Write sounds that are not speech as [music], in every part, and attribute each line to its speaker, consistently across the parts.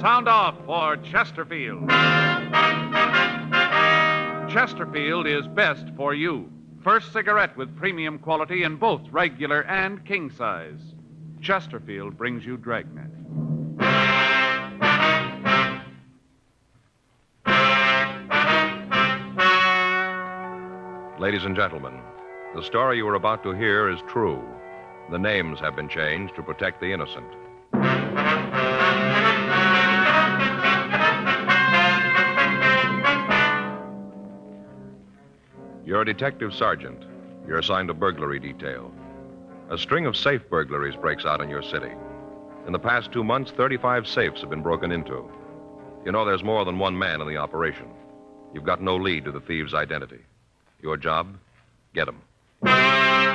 Speaker 1: sound off for Chesterfield. Chesterfield is best for you. First cigarette with premium quality in both regular and king size. Chesterfield brings you Dragnet.
Speaker 2: Ladies and gentlemen, the story you are about to hear is true. The names have been changed to protect the innocent. You're a detective sergeant. You're assigned a burglary detail. A string of safe burglaries breaks out in your city. In the past two months, 35 safes have been broken into. You know there's more than one man in the operation. You've got no lead to the thieves' identity. Your job? Get 'em.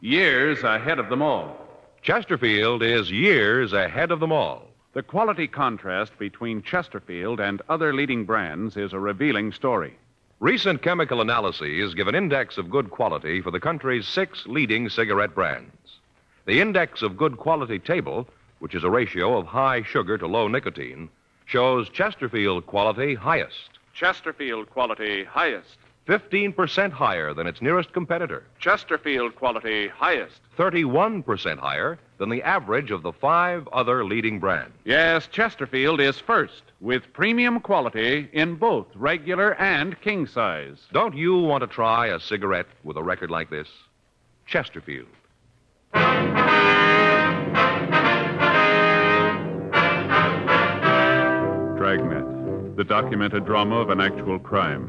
Speaker 1: Years ahead of them all.
Speaker 2: Chesterfield is years ahead of them all.
Speaker 1: The quality contrast between Chesterfield and other leading brands is a revealing story.
Speaker 2: Recent chemical analyses give an index of good quality for the country's six leading cigarette brands. The index of good quality table, which is a ratio of high sugar to low nicotine, shows Chesterfield quality highest,
Speaker 1: Chesterfield quality highest.
Speaker 2: 15% higher than its nearest competitor,
Speaker 1: Chesterfield quality highest.
Speaker 2: 31% higher than the average of the five other leading brands.
Speaker 1: Yes, Chesterfield is first with premium quality in both regular and king size.
Speaker 2: Don't you want to try a cigarette with a record like this? Chesterfield.
Speaker 1: Dragnet, the documented drama of an actual crime.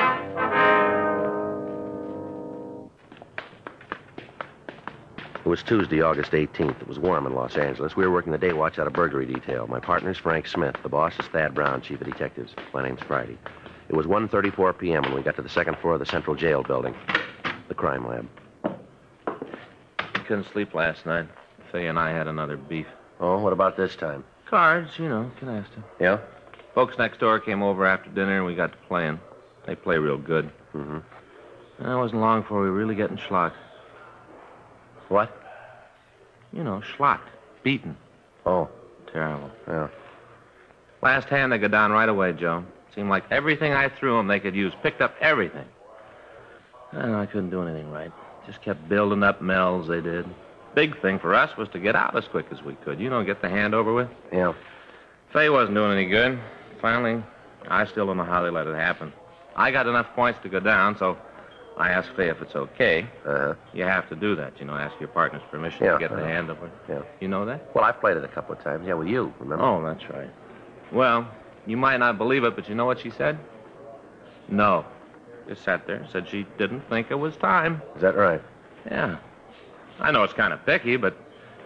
Speaker 3: It was Tuesday, August 18th. It was warm in Los Angeles. We were working the day watch out of burglary detail. My partner's Frank Smith. The boss is Thad Brown, chief of detectives. My name's Friday. It was 1.34 p.m. when we got to the second floor of the central jail building, the crime lab.
Speaker 4: Couldn't sleep last night. Fay and I had another beef.
Speaker 3: Oh, what about this time?
Speaker 4: Cards, you know, canasta.
Speaker 3: Yeah?
Speaker 4: Folks next door came over after dinner and we got to playing. They play real good.
Speaker 3: Mm-hmm.
Speaker 4: And it wasn't long before we were really getting schlocked.
Speaker 3: What?
Speaker 4: You know, schlocked. Beaten.
Speaker 3: Oh,
Speaker 4: Terrible.
Speaker 3: yeah.
Speaker 4: Last hand, they go down right away, Joe. Seemed like everything I threw them they could use picked up everything. I don't know, I couldn't do anything right. Just kept building up melds, they did. Big thing for us was to get out as quick as we could. You know, get the hand over with.
Speaker 3: Yeah.
Speaker 4: Fay wasn't doing any good. Finally, I still don't know how they let it happen. I got enough points to go down, so I asked Fay if it's okay.
Speaker 3: Uh-huh.
Speaker 4: You have to do that, you know, ask your partner's permission
Speaker 3: Yeah, uh-huh.
Speaker 4: to get
Speaker 3: I
Speaker 4: the
Speaker 3: know.
Speaker 4: hand over.
Speaker 3: Yeah.
Speaker 4: You know that?
Speaker 3: Well, I've played it a couple of times. Yeah, with you, remember?
Speaker 4: Oh, that's right. Well, you might not believe it, but you know what she said? No. Just sat there, said she didn't think it was time.
Speaker 3: Is that right?
Speaker 4: Yeah. I know it's kind of picky, but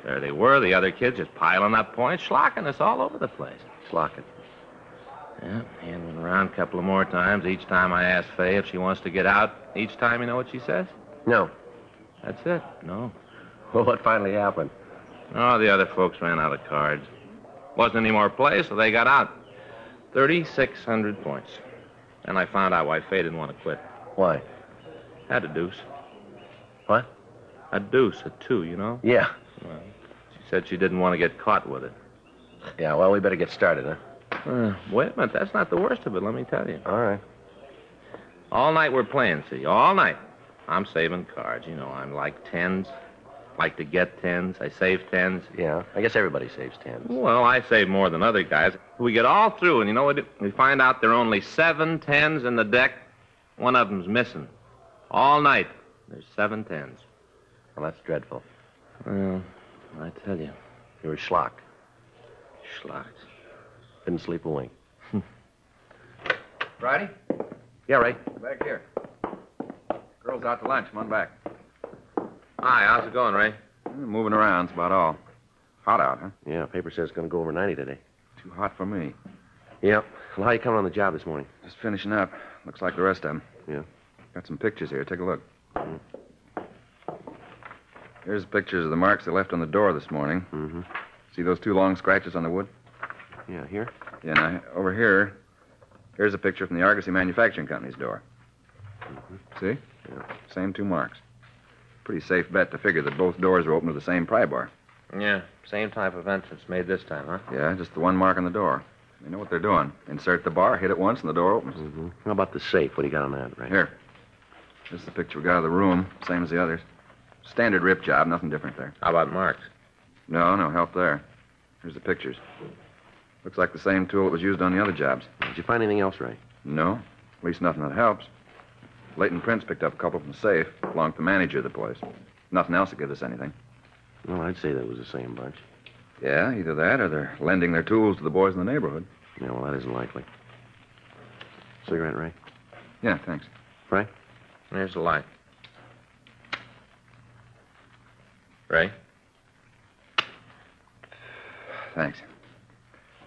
Speaker 4: there they were, the other kids just piling up points, schlocking us all over the place.
Speaker 3: Schlock it.
Speaker 4: Yeah, hand went around a couple of more times. Each time I asked Fay if she wants to get out, each time you know what she says?
Speaker 3: No.
Speaker 4: That's it. No.
Speaker 3: [laughs] Well, what finally happened?
Speaker 4: Oh, the other folks ran out of cards. Wasn't any more play, so they got out. 3,600 points. And I found out why Fay didn't want to quit.
Speaker 3: Why?
Speaker 4: Had a deuce.
Speaker 3: What?
Speaker 4: A deuce, a two, you know?
Speaker 3: Yeah.
Speaker 4: She said she didn't want to get caught with it.
Speaker 3: Yeah, well, we better get started, huh?
Speaker 4: Uh, wait a minute, that's not the worst of it, let me tell you.
Speaker 3: All right.
Speaker 4: All night we're playing, see? All night. I'm saving cards, you know. I'm like tens. Like to get tens. I save tens.
Speaker 3: Yeah. I guess everybody saves ten.
Speaker 4: Well, I save more than other guys. We get all through, and you know what? We find out there are only seven tens in the deck. One of them's missing. All night, there's seven tens.
Speaker 3: Well, that's dreadful.
Speaker 4: Well, I tell you,
Speaker 3: You were schlock.
Speaker 4: schlocked.
Speaker 3: Didn't sleep a wink.
Speaker 5: Friday,
Speaker 3: Yeah, right.
Speaker 5: back here. Girl's out to lunch. Come on back.
Speaker 4: Hi, how's it going, Ray?
Speaker 5: Mm, Moving around's about all. Hot out, huh?
Speaker 3: Yeah, paper says it's going to go over 90 today.
Speaker 5: Too hot for me.
Speaker 3: Yeah. Well, how you coming on the job this morning?
Speaker 5: Just finishing up. Looks like the rest of them.
Speaker 3: Yeah. Mm-hmm.
Speaker 5: Got some pictures here. Take a look. Here's pictures of the marks they left on the door this morning.
Speaker 3: Mm-hmm.
Speaker 5: See those two long scratches on the wood?
Speaker 3: Yeah, here.
Speaker 5: Yeah, now, over here, here's a picture from the Argosy Manufacturing Company's door. See?
Speaker 3: Mm-hmm. Yeah.
Speaker 5: Same two marks. Pretty safe bet to figure that both doors were open to the same pry bar.
Speaker 4: Yeah, same type of entrance made this time, huh?
Speaker 5: Yeah, just the one mark on the door. They know what they're doing. Insert the bar, hit it once, and the door opens.
Speaker 3: Mm-hmm. How about the safe? What do you got on that, right?
Speaker 5: Here. This is the picture we got of the room, same as the others. Standard rip job, nothing different there.
Speaker 4: How about Mark's?
Speaker 5: No, no help there. Here's the pictures. Looks like the same tool that was used on the other jobs.
Speaker 3: Did you find anything else, Ray?
Speaker 5: No, at least nothing that helps. Leighton Prince picked up a couple from the safe, belonged to the manager of the place. Nothing else to give us anything.
Speaker 3: Well, I'd say that was the same bunch.
Speaker 5: Yeah, either that or they're lending their tools to the boys in the neighborhood.
Speaker 3: Yeah, well, that isn't likely. Cigarette, Ray?
Speaker 5: Yeah, thanks.
Speaker 4: Here's the light. Ray?
Speaker 5: Thanks.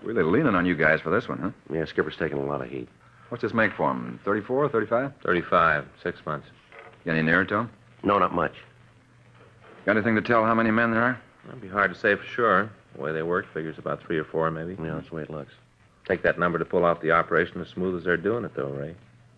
Speaker 5: Really leaning on you guys for this one, huh?
Speaker 3: Yeah, Skipper's taking a lot of heat.
Speaker 5: What's this make for him? 34, 35?
Speaker 4: 35, six months.
Speaker 5: You any nearer to him?
Speaker 3: No, not much.
Speaker 5: Got anything to tell how many men there are?
Speaker 4: That'd be hard to say for sure. The way they work figures about three or four, maybe.
Speaker 3: Yeah, that's the way it looks.
Speaker 4: Take that number to pull off the operation as smooth as they're doing it, though, Ray.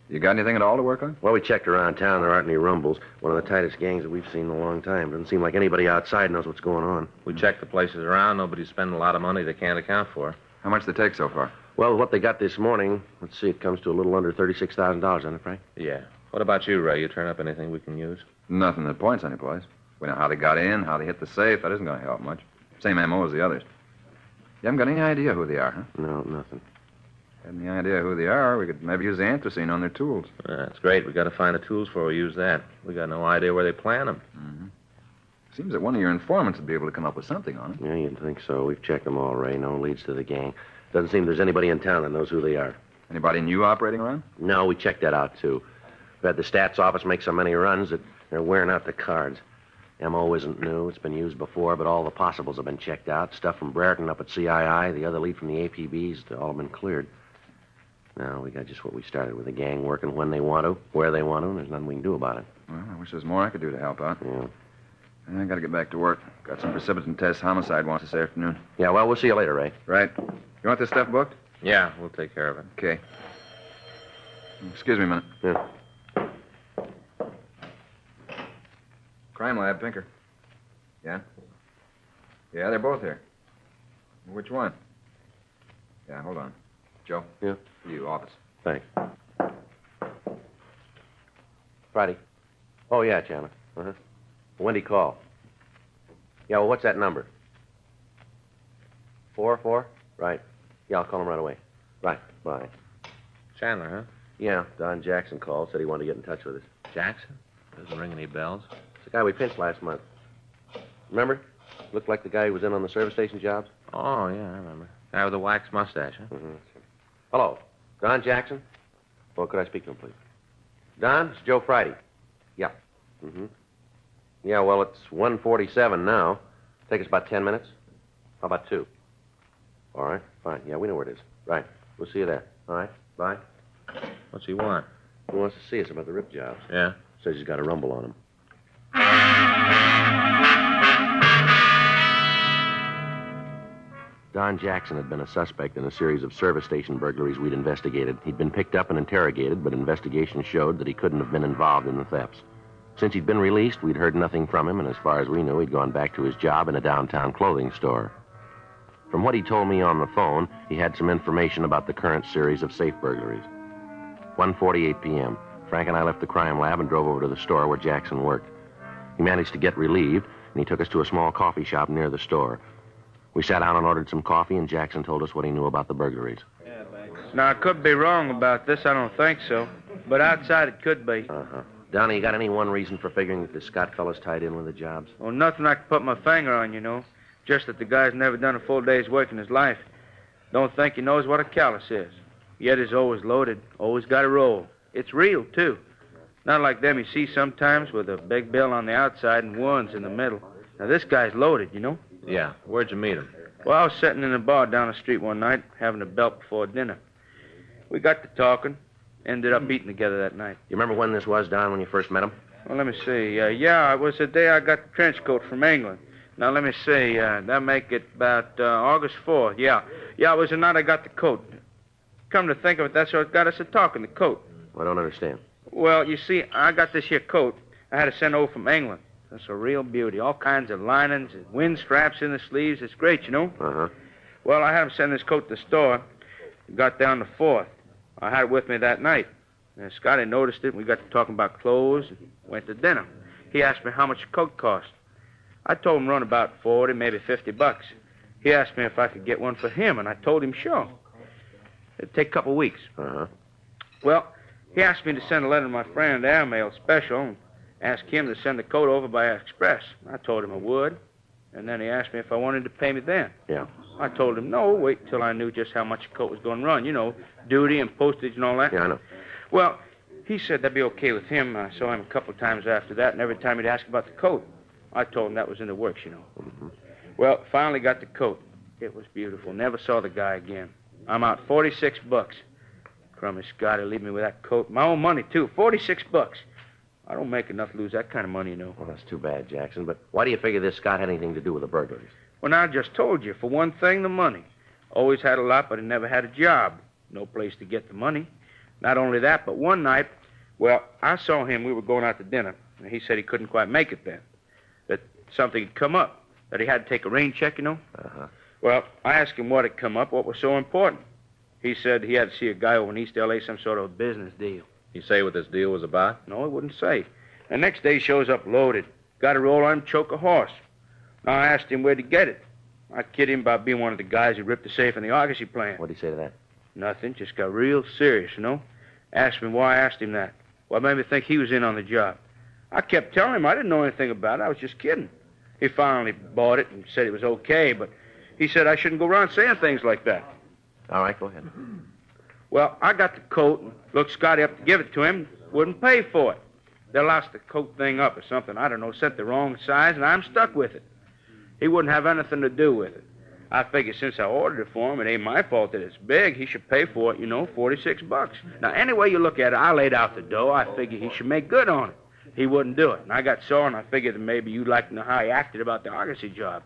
Speaker 5: You got anything at all to work on?
Speaker 3: Well, we checked around town. There aren't any rumbles. One of the tightest gangs that we've seen in a long time. Doesn't seem like anybody outside knows what's going on.
Speaker 4: We
Speaker 5: Hmm.
Speaker 4: checked the places around. Nobody's spending a lot of money they can't account for.
Speaker 5: How much they take so far?
Speaker 3: Well, what they got this morning, let's see, it comes to a little under $36,000, doesn't it, Frank?
Speaker 4: Yeah. What about you, Ray? You turn up anything we can use?
Speaker 5: Nothing that points anyplace. We know how they got in, how they hit the safe. That isn't going to help much. Same MO as the others. You haven't got any idea who they are, huh?
Speaker 3: No, nothing.
Speaker 5: Had any idea who they are, we could maybe use the anthracene on their tools.
Speaker 4: Uh, that's great. We got to find the tools for we use that. We got no idea where they plan them.
Speaker 5: Seems that one of your informants would be able to come up with something on it.
Speaker 3: Yeah, you'd think so. We've checked them all, Ray. No leads to the gang. Doesn't seem there's anybody in town that knows who they are.
Speaker 5: Anybody new operating around?
Speaker 3: No, we checked that out, too. We had the stats office make so many runs that they're wearing out the cards. MO isn't new. It's been used before, but all the possibles have been checked out. Stuff from Brereton up at CII, the other lead from the APBs, they all have been cleared. Now, we got just what we started with the gang working when they want to, where they want to, and there's nothing we can do about it.
Speaker 5: Well, I wish there was more I could do to help out.
Speaker 3: Yeah.
Speaker 5: I got to get back to work. Got some precipitant test homicide wants this afternoon.
Speaker 3: Yeah, well, we'll see you later, Ray.
Speaker 5: Right. You want this stuff booked?
Speaker 4: Yeah, we'll take care of it.
Speaker 5: Okay. Excuse me a minute.
Speaker 3: Yeah.
Speaker 5: Crime lab, Pinker. Yeah? Yeah, they're both here. Which one? Yeah, hold on. Joe?
Speaker 3: Yeah.
Speaker 5: You, office.
Speaker 3: Thanks. Friday. Oh, yeah, Chandler. Uh-huh. When'd he call? Yeah, well, what's that number? Four, four? Right. Yeah, I'll call him right away. Right. Bye.
Speaker 4: Chandler,
Speaker 3: Yeah, Don Jackson called, said he wanted to get in touch with us.
Speaker 4: huh? Jackson? Doesn't ring any bells.
Speaker 3: It's the guy we pinched last month. Remember? Looked like the guy who was in on the service station jobs.
Speaker 4: Oh, yeah, I remember. Guy with the wax mustache, huh?
Speaker 3: Mm-hmm. Hello, Don Jackson? Well, could I speak to him, please? Don, it's Joe Friday. Yeah. Mm-hmm. Yeah, well, it's 147 now. Take us about 10 minutes. How about two? All right, fine. Yeah, we know where it is. Right. We'll see you there. All right, bye.
Speaker 4: What's he want?
Speaker 3: He wants to see us about the rip jobs.
Speaker 4: Yeah.
Speaker 3: Says he's got a rumble on him.
Speaker 4: Uh-huh.
Speaker 3: Don Jackson had been a suspect in a series of service station burglaries we'd investigated. He'd been picked up and interrogated, but investigation showed that he couldn't have been involved in the thefts. Since he'd been released, we'd heard nothing from him, and as far as we knew, he'd gone back to his job in a downtown clothing store. From what he told me on the phone, he had some information about the current series of safe burglaries. 1:48 p.m. Frank and I left the crime lab and drove over to the store where Jackson worked. He managed to get relieved, and he took us to a small coffee shop near the store. We sat down and ordered some coffee, and Jackson told us what he knew about the burglaries.
Speaker 6: Now, I could be wrong about this. I don't think so. But outside, it could be.
Speaker 3: Uh-huh. Donnie, you got any one reason for figuring that this Scott fellow's tied in with the jobs?
Speaker 6: Well, nothing I could put my finger on, you know. Just that the guy's never done a full day's work in his life. Don't think he knows what a callus is. Yet he's always loaded, always got a roll. It's real, too. Not like them you see sometimes with a big bill on the outside and ones in the middle. Now, this guy's loaded, you know.
Speaker 4: Yeah. Where'd you meet him?
Speaker 6: Well, I was sitting in a bar down the street one night, having a belt before dinner. We got to talking, ended up eating together that night.
Speaker 3: You remember when this was, Don, when you first met him?
Speaker 6: Well, let me see. Uh, yeah, it was the day I got the trench coat from England. Now, let me see. Uh, that make it about uh, August 4th. Yeah. Yeah, it was the night I got the coat. Come to think of it, that's what got us a talking, the coat.
Speaker 3: I don't understand.
Speaker 6: Well, you see, I got this here coat I had to send over from England. That's a real beauty. All kinds of linings and wind straps in the sleeves. It's great, you know?
Speaker 3: Uh huh.
Speaker 6: Well, I had him send this coat to the store. It got down the fourth. I had it with me that night. And Scotty noticed it. We got to talking about clothes and went to dinner. He asked me how much the coat cost. I told him run about 40, maybe 50 bucks. He asked me if I could get one for him, and I told him sure. It'd take a couple weeks.
Speaker 3: Uh huh.
Speaker 6: Well, he asked me to send a letter to my friend Airmail Special and asked him to send the coat over by express. I told him I would, and then he asked me if I wanted to pay me then.
Speaker 3: Yeah.
Speaker 6: I told him no, wait till I knew just how much the coat was going to run, you know, duty and postage and all that.
Speaker 3: Yeah, I know.
Speaker 6: Well, he said that'd be okay with him. I saw him a couple times after that, and every time he'd ask about the coat, I told him that was in the works, you know.
Speaker 3: Mm-hmm.
Speaker 6: Well, finally got the coat. It was beautiful. Never saw the guy again. I'm out 46 bucks. Crummy Scotty, leave me with that coat. My own money, too. 46 bucks. I don't make enough to lose that kind of money, you know.
Speaker 3: Well, that's too bad, Jackson. But why do you figure this Scott had anything to do with the burglaries?
Speaker 6: Well, now, I just told you, for one thing, the money. Always had a lot, but I never had a job. No place to get the money. Not only that, but one night, well, I saw him. We were going out to dinner, and he said he couldn't quite make it then. That something had come up, that he had to take a rain check, you know?
Speaker 3: Uh huh.
Speaker 6: Well, I asked him what had come up, what was so important. He said he had to see a guy over in East L.A., some sort of a business deal.
Speaker 4: You say what this deal was about?
Speaker 6: No, he wouldn't say. The next day, he shows up loaded. Got a roll on him, choke a horse. Now, I asked him where'd he get it. I kid him about being one of the guys who ripped the safe in the Argosy plant.
Speaker 3: What'd he say to that?
Speaker 6: Nothing. Just got real serious, you know. Asked me why I asked him that. What made me think he was in on the job? I kept telling him I didn't know anything about it. I was just kidding. He finally bought it and said it was okay, but he said I shouldn't go around saying things like that.
Speaker 3: All right, go ahead.
Speaker 6: Well, I got the coat and looked Scotty up to give it to him. Wouldn't pay for it. They lost the coat thing up or something. I don't know. Sent the wrong size, and I'm stuck with it. He wouldn't have anything to do with it. I figure since I ordered it for him, it ain't my fault that it's big. He should pay for it, you know, 46 bucks. Now, any way you look at it, I laid out the dough. I figure he should make good on it. He wouldn't do it. And I got sore, and I figured that maybe you'd like to know how he acted about the Argosy job.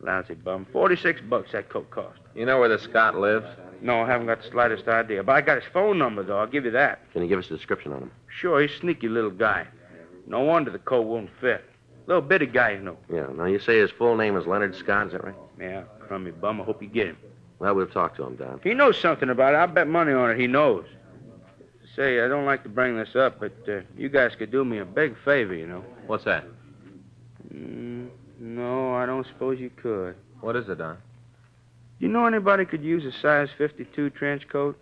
Speaker 6: Lousy bum. 46 bucks that coat cost.
Speaker 4: You know where this Scott lives?
Speaker 6: No, I haven't got the slightest idea. But I got his phone number, though. I'll give you that.
Speaker 3: Can you give us a description on him?
Speaker 6: Sure, he's a sneaky little guy. No wonder the coat won't fit. Little bitty guy, you know.
Speaker 3: Yeah. Now you say his full name is Leonard Scott. Is that right?
Speaker 6: Yeah, crummy bum. I hope you get him.
Speaker 3: Well, we'll talk to him, Don.
Speaker 6: If he knows something about it, I'll bet money on it he knows. Say, I don't like to bring this up, but uh, you guys could do me a big favor, you know.
Speaker 4: What's that?
Speaker 6: Mm, no, I don't suppose you could.
Speaker 4: What is it, Don?
Speaker 6: You know anybody could use a size 52 trench coat?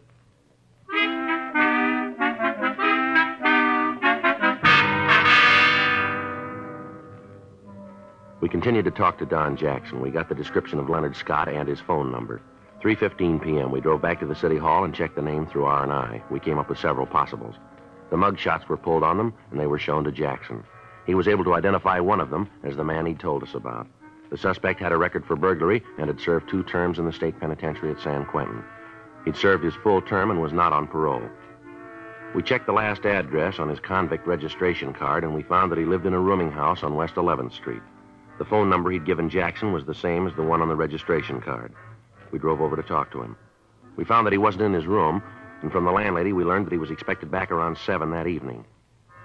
Speaker 3: We continued to talk to Don Jackson. We got the description of Leonard Scott and his phone number. 3:15 p.m. We drove back to the city hall and checked the name through R&I. We came up with several possibles. The mug shots were pulled on them and they were shown to Jackson. He was able to identify one of them as the man he'd told us about. The suspect had a record for burglary and had served two terms in the state penitentiary at San Quentin. He'd served his full term and was not on parole. We checked the last address on his convict registration card and we found that he lived in a rooming house on West 11th Street. The phone number he'd given Jackson was the same as the one on the registration card. We drove over to talk to him. We found that he wasn't in his room, and from the landlady, we learned that he was expected back around 7 that evening.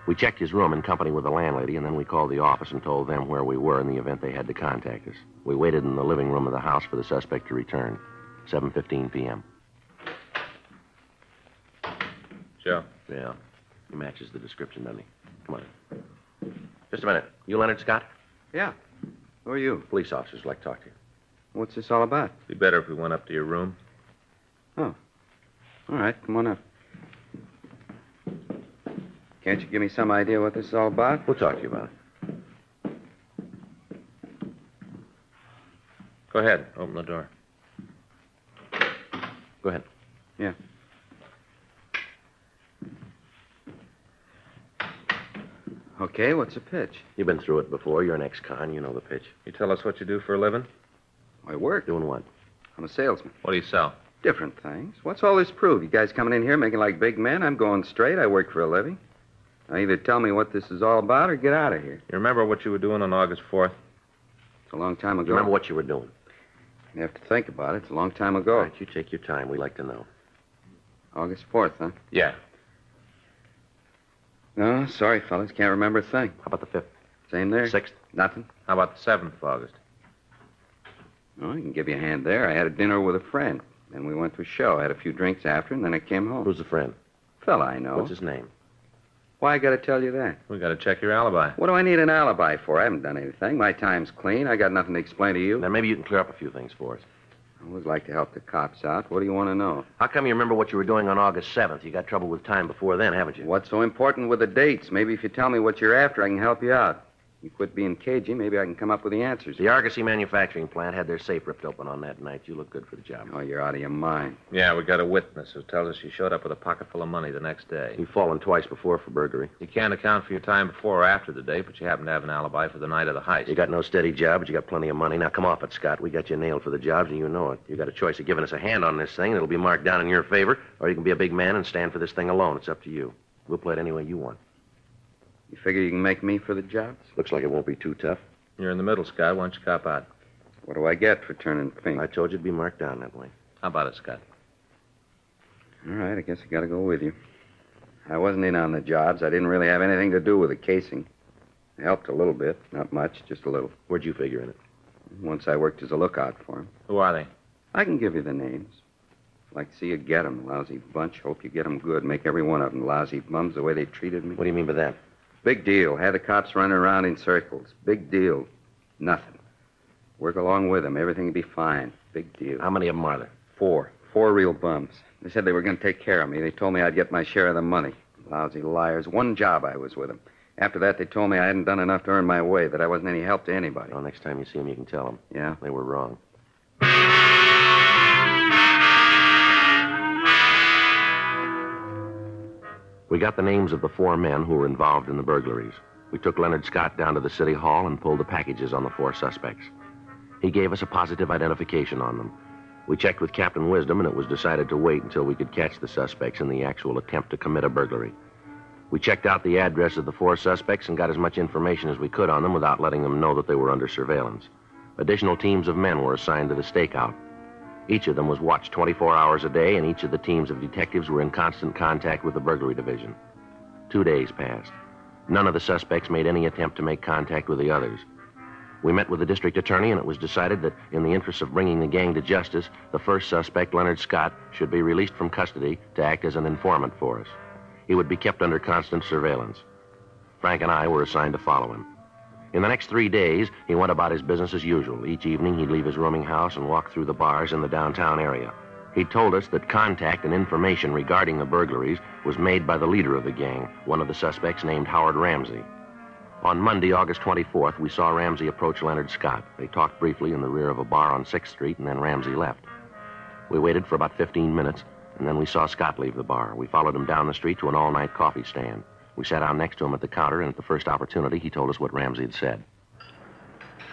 Speaker 3: We checked his room in company with the landlady, and then we called the office and told them where we were in the event they had to contact us. We waited in the living room of the house for the suspect to return. 7.15 p.m.
Speaker 4: Joe.
Speaker 3: Yeah. He matches the description, doesn't he? Come on. Just a minute. You Leonard Scott?
Speaker 5: Yeah. Who are you?
Speaker 3: Police officers would like to talk to you.
Speaker 5: What's this all about? Oh.
Speaker 4: Be better if we went up to your room.
Speaker 5: All right, come on up. Can't you give me some idea what this is all about?
Speaker 3: We'll talk to you about it.
Speaker 4: Go ahead. Open the door.
Speaker 3: Go ahead.
Speaker 5: Okay, what's the pitch?
Speaker 3: You've been through it before. You're an ex-con. You know the pitch.
Speaker 4: You tell us what you do for a living?
Speaker 5: I work.
Speaker 3: Doing what?
Speaker 5: I'm a salesman.
Speaker 4: What do you sell?
Speaker 5: Different things. What's all this prove? You guys coming in here making like big men? I'm going straight. I work for a living.
Speaker 7: Now, either tell me what this is all about or get out of here.
Speaker 4: You remember what you were doing on August 4th?
Speaker 7: It's a long time ago.
Speaker 3: Remember what you were doing.
Speaker 7: You have to think about it. It's a long time
Speaker 3: All
Speaker 7: ago.
Speaker 3: right, you take your time. We like to know.
Speaker 7: August 4th, huh?
Speaker 3: Yeah.
Speaker 7: No, sorry, fellas. Can't remember a thing.
Speaker 3: How about the fifth,
Speaker 7: Same there?
Speaker 3: sixth?
Speaker 7: Nothing?
Speaker 4: How about the 7th of August?
Speaker 7: No, I can give you a hand there. I had a dinner with a friend. Then we went to a show. I had a few drinks after, and then I came home.
Speaker 3: Who's the friend?
Speaker 7: Fella I know.
Speaker 3: What's his name?
Speaker 7: Why I gotta tell you that?
Speaker 4: We got to check your alibi.
Speaker 7: What do I need an alibi for? I haven't done anything. My time's clean. I got nothing to explain to you.
Speaker 3: Now maybe you can clear up a few things for us.
Speaker 7: I always like to help the cops out. What do you want to know?
Speaker 3: How come you remember what you were doing on August seventh? You got trouble with time before then, haven't you?
Speaker 7: What's so important with the dates? Maybe if you tell me what you're after, I can help you out. You quit being cagey, maybe I can come up with the answers.
Speaker 3: The Argosy manufacturing plant had their safe ripped open on that night. You look good for the job.
Speaker 7: Oh, you're out of your mind.
Speaker 4: Yeah, we got a witness who tells us you showed up with a pocket full of money the next day.
Speaker 3: You've fallen twice before for burglary.
Speaker 4: You can't account for your time before or after the date, but you happen to have an alibi for the night of the heist.
Speaker 3: You got no steady job, but you got plenty of money. Now come off it, Scott. We got you nailed for the jobs, and you know it. You got a choice of giving us a hand on this thing, and it'll be marked down in your favor, or you can be a big man and stand for this thing alone. It's up to you. We'll play it any way you want.
Speaker 7: You figure you can make me for the job?
Speaker 3: Looks like it won't be too tough.
Speaker 4: You're in the middle, Scott. Why don't you cop out?
Speaker 7: What do I get for turning pink?
Speaker 3: I told you it'd be marked down that way.
Speaker 4: How about it, Scott?
Speaker 7: All right, I guess I gotta go with you. I wasn't in on the jobs. I didn't really have anything to do with the casing. I helped a little bit, not much, just a little.
Speaker 3: Where'd you figure in it?
Speaker 7: Once I worked as a lookout for him.
Speaker 4: Who are they?
Speaker 7: I can give you the names. Like, see you get 'em, lousy bunch. Hope you get 'em good. Make every one of 'em lousy bums the way they treated me.
Speaker 3: What do you mean by that?
Speaker 7: Big deal. Had the cops running around in circles. Big deal. Nothing. Work along with 'em. Everything will be fine. Big deal.
Speaker 3: How many of them are there?
Speaker 7: Four. Four real bums. They said they were going to take care of me. They told me I'd get my share of the money. Lousy liars. One job I was with 'em. After that, they told me I hadn't done enough to earn my way, that I wasn't any help to anybody.
Speaker 3: Well, next time you see them, you can tell them.
Speaker 7: Yeah?
Speaker 3: They were wrong. We got the names of the four men who were involved in the burglaries. We took Leonard Scott down to the city hall and pulled the packages on the four suspects. He gave us a positive identification on them. We checked with Captain Wisdom, and it was decided to wait until we could catch the suspects in the actual attempt to commit a burglary. We checked out the address of the four suspects and got as much information as we could on them without letting them know that they were under surveillance. Additional teams of men were assigned to the stakeout. Each of them was watched 24 hours a day, and each of the teams of detectives were in constant contact with the burglary division. Two days passed. None of the suspects made any attempt to make contact with the others. We met with the district attorney, and it was decided that, in the interest of bringing the gang to justice, the first suspect, Leonard Scott, should be released from custody to act as an informant for us. He would be kept under constant surveillance. Frank and I were assigned to follow him. In the next three days, he went about his business as usual. Each evening, he'd leave his rooming house and walk through the bars in the downtown area. He told us that contact and information regarding the burglaries was made by the leader of the gang, one of the suspects named Howard Ramsey. On Monday, August 24th, we saw Ramsey approach Leonard Scott. They talked briefly in the rear of a bar on 6th Street, and then Ramsey left. We waited for about 15 minutes, and then we saw Scott leave the bar. We followed him down the street to an all night coffee stand. We sat down next to him at the counter, and at the first opportunity, he told us what Ramsey had said.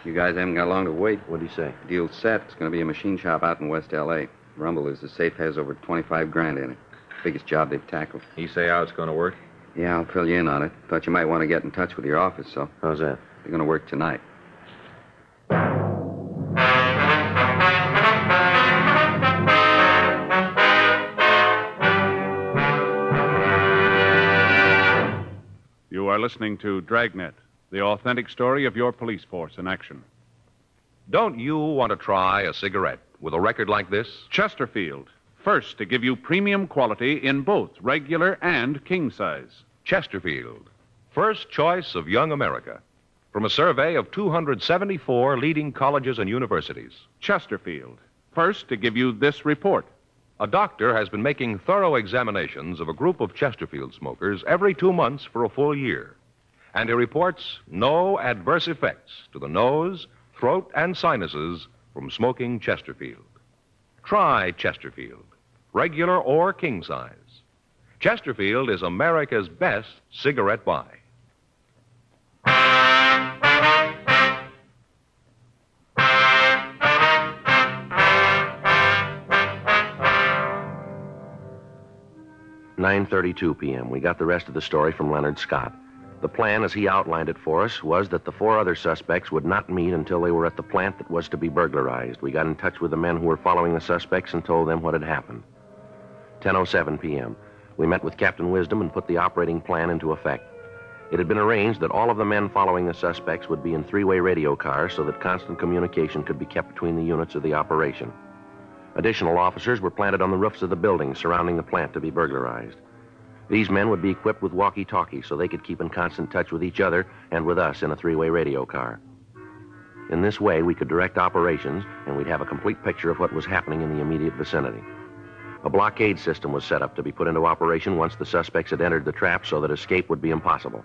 Speaker 7: You guys haven't got long to wait.
Speaker 3: What did he say?
Speaker 7: Deal's set. It's going to be a machine shop out in West L.A. Rumble is the safe has over 25 grand in it. Biggest job they've tackled.
Speaker 4: You say how it's going to work?
Speaker 7: Yeah, I'll fill you in on it. Thought you might want to get in touch with your office, so
Speaker 3: How's that?
Speaker 7: they're going to work tonight.
Speaker 1: You are listening to Dragnet, the authentic story of your police force in action.
Speaker 2: Don't you want to try a cigarette with a record like this?
Speaker 1: Chesterfield, first to give you premium quality in both regular and king size.
Speaker 2: Chesterfield, first choice of young America. From a survey of 274 leading colleges and universities,
Speaker 1: Chesterfield, first to give you this report.
Speaker 2: a doctor has been making thorough examinations of a group of Chesterfield smokers every two months for a full year. And he reports no adverse effects to the nose, throat, and sinuses from smoking Chesterfield. Try Chesterfield, regular or king size. Chesterfield is America's best cigarette buy.
Speaker 3: 9:32 p.m. We got the rest of the story from Leonard Scott. The plan, as he outlined it for us, was that the four other suspects would not meet until they were at the plant that was to be burglarized. We got in touch with the men who were following the suspects and told them what had happened. 10:07 p.m. We met with Captain Wisdom and put the operating plan into effect. It had been arranged that all of the men following the suspects would be in three-way radio cars so that constant communication could be kept between the units of the operation. Additional officers were planted on the roofs of the buildings surrounding the plant to be burglarized. These men would be equipped with walkie talkies so they could keep in constant touch with each other and with us in a three way radio car. In this way, we could direct operations and we'd have a complete picture of what was happening in the immediate vicinity. A blockade system was set up to be put into operation once the suspects had entered the trap so that escape would be impossible.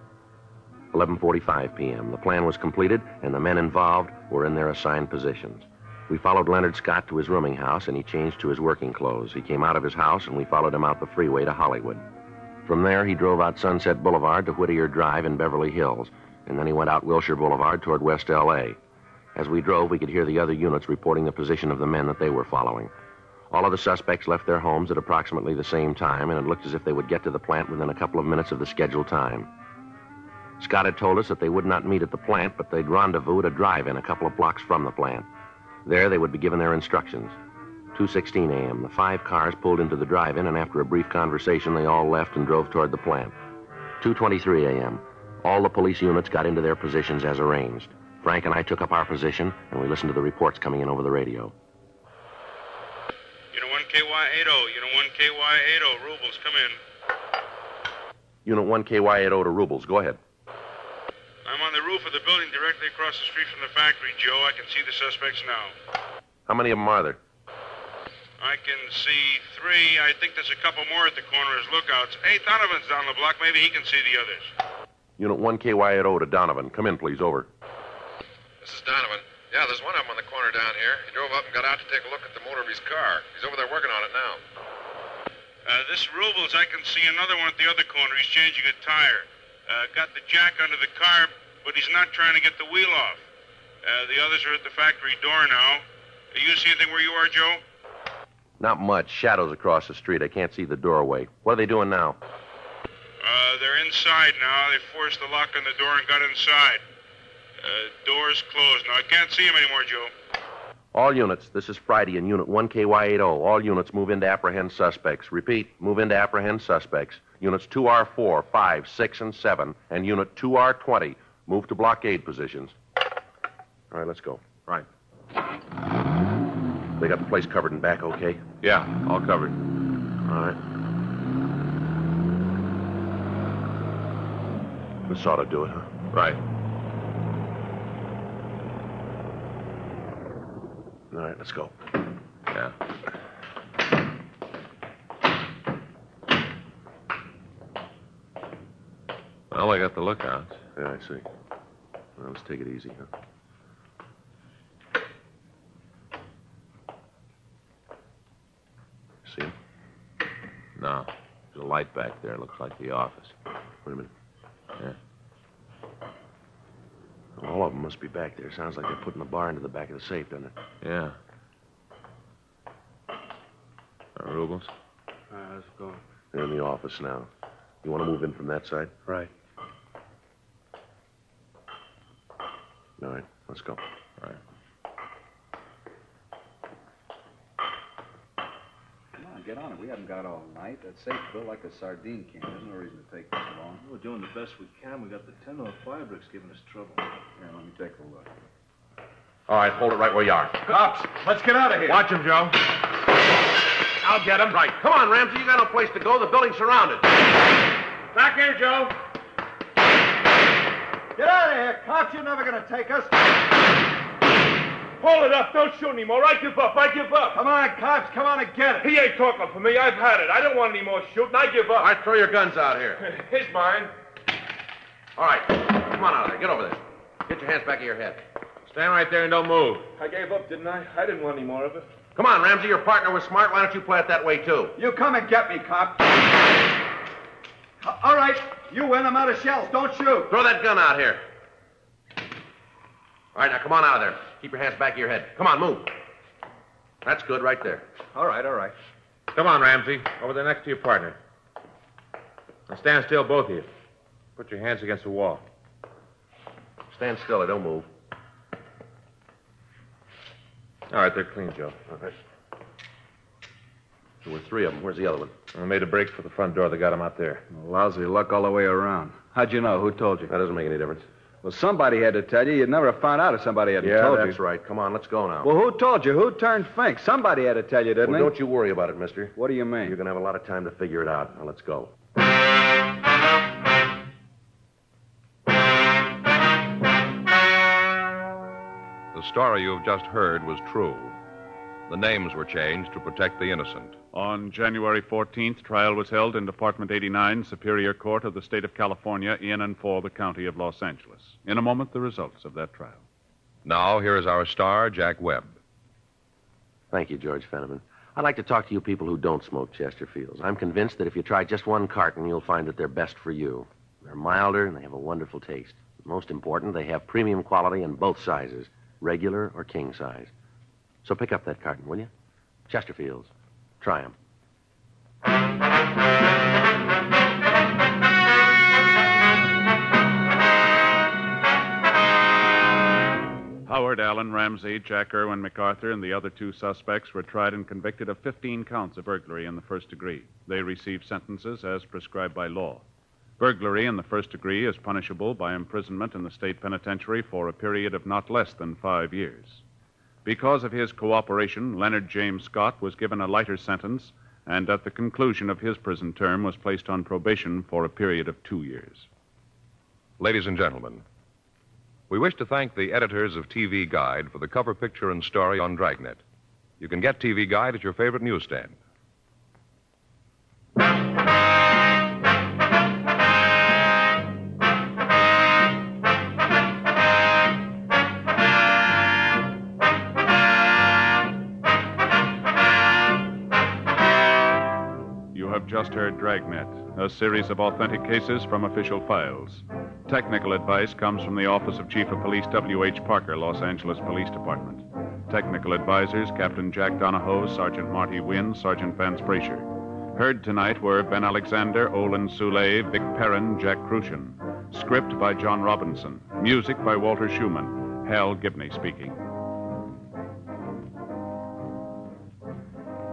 Speaker 3: 11:45 p.m. The plan was completed and the men involved were in their assigned positions. We followed Leonard Scott to his rooming house and he changed to his working clothes. He came out of his house and we followed him out the freeway to Hollywood. From there, he drove out Sunset Boulevard to Whittier Drive in Beverly Hills, and then he went out Wilshire Boulevard toward West L.A. As we drove, we could hear the other units reporting the position of the men that they were following. All of the suspects left their homes at approximately the same time, and it looked as if they would get to the plant within a couple of minutes of the scheduled time. Scott had told us that they would not meet at the plant, but they'd rendezvous at a drive-in a couple of blocks from the plant. There, they would be given their instructions. 2:16 a.m. The five cars pulled into the drive-in, and after a brief conversation, they all left and drove toward the plant. 2:23 a.m. All the police units got into their positions as arranged. Frank and I took up our position, and we listened to the reports coming in over the radio.
Speaker 8: Unit 1KY80, Unit 1KY80, oh, Rubles, come in.
Speaker 3: Unit 1KY80 to Rubles. Go ahead.
Speaker 8: I'm on the roof of the building directly across the street from the factory, Joe. I can see the suspects now.
Speaker 3: How many of them are there?
Speaker 8: I can see three. I think there's a couple more at the corner as lookouts. Hey, Donovan's down the block. Maybe he can see the others.
Speaker 3: Unit 1KY80 to Donovan. Come in, please. Over.
Speaker 9: This is Donovan. Yeah, there's one of them on the corner down here. He drove up and got out to take a look at the motor of his car. He's over there working on it now.
Speaker 8: Uh, this Rubles, I can see another one at the other corner. He's changing a tire. Uh, got the jack under the car, but he's not trying to get the wheel off. Uh, the others are at the factory door now. Uh, You see anything where you are, Joe?
Speaker 3: Not much. Shadows across the street. I can't see the doorway. What are they doing now?
Speaker 8: Uh, they're inside now. They forced the lock on the door and got inside. Uh, door's closed now. I can't see him anymore, Joe.
Speaker 3: All units, this is Friday in Unit 1KY80. oh. All units move in to apprehend suspects. Repeat, move in to apprehend suspects. Units 2R4, 5, 6, and 7, and Unit 2R20 move to blockade positions. All right, let's go. Right. They got the place covered and back okay?
Speaker 1: Yeah, all covered.
Speaker 3: All right. This ought to do it, huh?
Speaker 1: Right.
Speaker 3: All right, let's go.
Speaker 1: Yeah. Well, I got the lookouts.
Speaker 3: Yeah, I see. Well, let's take it easy, huh? See him?
Speaker 1: No. There's a light back there. Looks like the office.
Speaker 3: Wait a minute.
Speaker 1: Yeah.
Speaker 3: All of them must be back there. Sounds like they're putting the bar into the back of the safe, doesn't it?
Speaker 1: Yeah. Uh, Rubles?
Speaker 6: All right, let's go.
Speaker 3: They're in the office now. You want to move in from that side?
Speaker 6: Right.
Speaker 3: All right, let's go.
Speaker 1: All right.
Speaker 5: Come on, get on it. We haven't got all night. That safe built like a sardine can. There's no reason to take this long.
Speaker 10: We're doing the best we can. We got the tenor of Firebrick's giving us trouble.
Speaker 5: Here, let me take a look.
Speaker 3: All right, hold it right where you are.
Speaker 10: Cops! Let's get out of here!
Speaker 1: Watch him, Joe.
Speaker 3: I'll get him. Right. Come on, Ramsey. You got no place to go. The building's surrounded.
Speaker 10: Back here, Joe! Get out of here, cops! You're never gonna take us!
Speaker 8: Hold it up. Don't shoot anymore. I give up. I give up.
Speaker 10: Come on, cops! Come on and get
Speaker 8: He ain't talking for me. I've had it. I don't want any more shooting. I give up.
Speaker 3: All right, throw your guns out here.
Speaker 8: [laughs] Here's mine.
Speaker 3: All right. Come on out of there. Get over there. Get your hands back of your head.
Speaker 1: Stand right there and don't move.
Speaker 10: I gave up, didn't I? I didn't want any more of it.
Speaker 3: Come on, Ramsey. Your partner was smart. Why don't you play it that way, too?
Speaker 10: You come and get me, cop! Uh, All right, you win. I'm out of shells. Don't shoot!
Speaker 3: Throw that gun out here. All right, now come on out of there. Keep your hands back of your head. Come on, move. That's good right there.
Speaker 10: All right, all right.
Speaker 1: Come on, Ramsey. Over there next to your partner.
Speaker 4: Now stand still, both of you. Put your hands against the wall. Stand still. I don't move. All right, they're clean, Joe. All right.
Speaker 3: There were three of them. Where's the other one?
Speaker 4: I made a break for the front door. They got him out there.
Speaker 5: Lousy luck all the way around. How'd you know? Who told you?
Speaker 3: That doesn't make any difference.
Speaker 5: Well, somebody had to tell you. You'd never have found out if somebody hadn't
Speaker 3: Yeah,
Speaker 5: told
Speaker 3: that's
Speaker 5: you.
Speaker 3: right. Come on, let's go now.
Speaker 5: Well, who told you? Who turned Fink? Somebody had to tell you, didn't
Speaker 3: Well,
Speaker 5: he?
Speaker 3: don't you worry about it, mister.
Speaker 5: What do you mean?
Speaker 3: You're going to have a lot of time to figure it out. Now, let's go.
Speaker 2: The story you have just heard was true. The names were changed to protect the innocent.
Speaker 1: On January 14th, trial was held in Department 89, Superior Court of the State of California, in and for the County of Los Angeles. In a moment, the results of that trial.
Speaker 2: Now, here is our star, Jack Webb.
Speaker 3: Thank you, George Fenneman. I'd like to talk to you people who don't smoke Chesterfields. I'm convinced that if you try just one carton, you'll find that they're best for you. They're milder and they have a wonderful taste. Most important, they have premium quality in both sizes, regular or king size. So pick up that carton, will you? Chesterfields. Try 'em.
Speaker 1: Howard Allen Ramsey, Jack Irwin MacArthur, and the other two suspects were tried and convicted of 15 counts of burglary in the first degree. They received sentences as prescribed by law. Burglary in the first degree is punishable by imprisonment in the state penitentiary for a period of not less than five years. Because of his cooperation, Leonard James Scott was given a lighter sentence and at the conclusion of his prison term was placed on probation for a period of two years.
Speaker 2: Ladies and gentlemen, we wish to thank the editors of TV Guide for the cover picture and story on Dragnet. You can get TV Guide at your favorite newsstand.
Speaker 1: You have just heard Dragnet, a series of authentic cases from official files. Technical advice comes from the Office of Chief of Police W.H. Parker, Los Angeles Police Department. Technical advisors Captain Jack Donahoe, Sergeant Marty Wynn, Sergeant Vance Frazier. Heard tonight were Ben Alexander, Olin Soule, Vic Perrin, Jack Crucian. Script by John Robinson. Music by Walter Schumann. Hal Gibney speaking.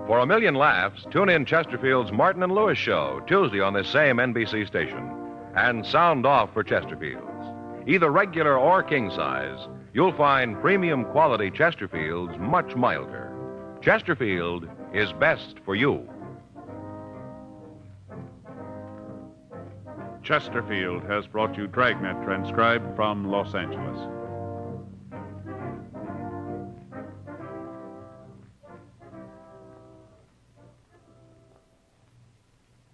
Speaker 2: For a million laughs, tune in Chesterfield's Martin and Lewis show Tuesday on this same NBC station. And sound off for Chesterfields. Either regular or king size, you'll find premium quality Chesterfields much milder. Chesterfield is best for you.
Speaker 1: Chesterfield has brought you Dragnet, transcribed from Los Angeles.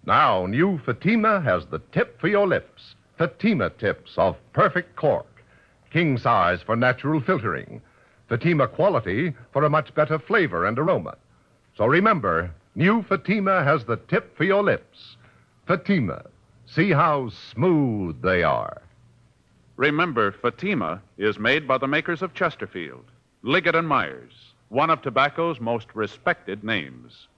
Speaker 11: Now, new Fatima has the tip for your lips. Fatima tips of perfect cork. King size for natural filtering. Fatima quality for a much better flavor and aroma. So remember, new Fatima has the tip for your lips. Fatima. See how smooth they are.
Speaker 1: Remember, Fatima is made by the makers of Chesterfield, Liggett and Myers, one of tobacco's most respected names.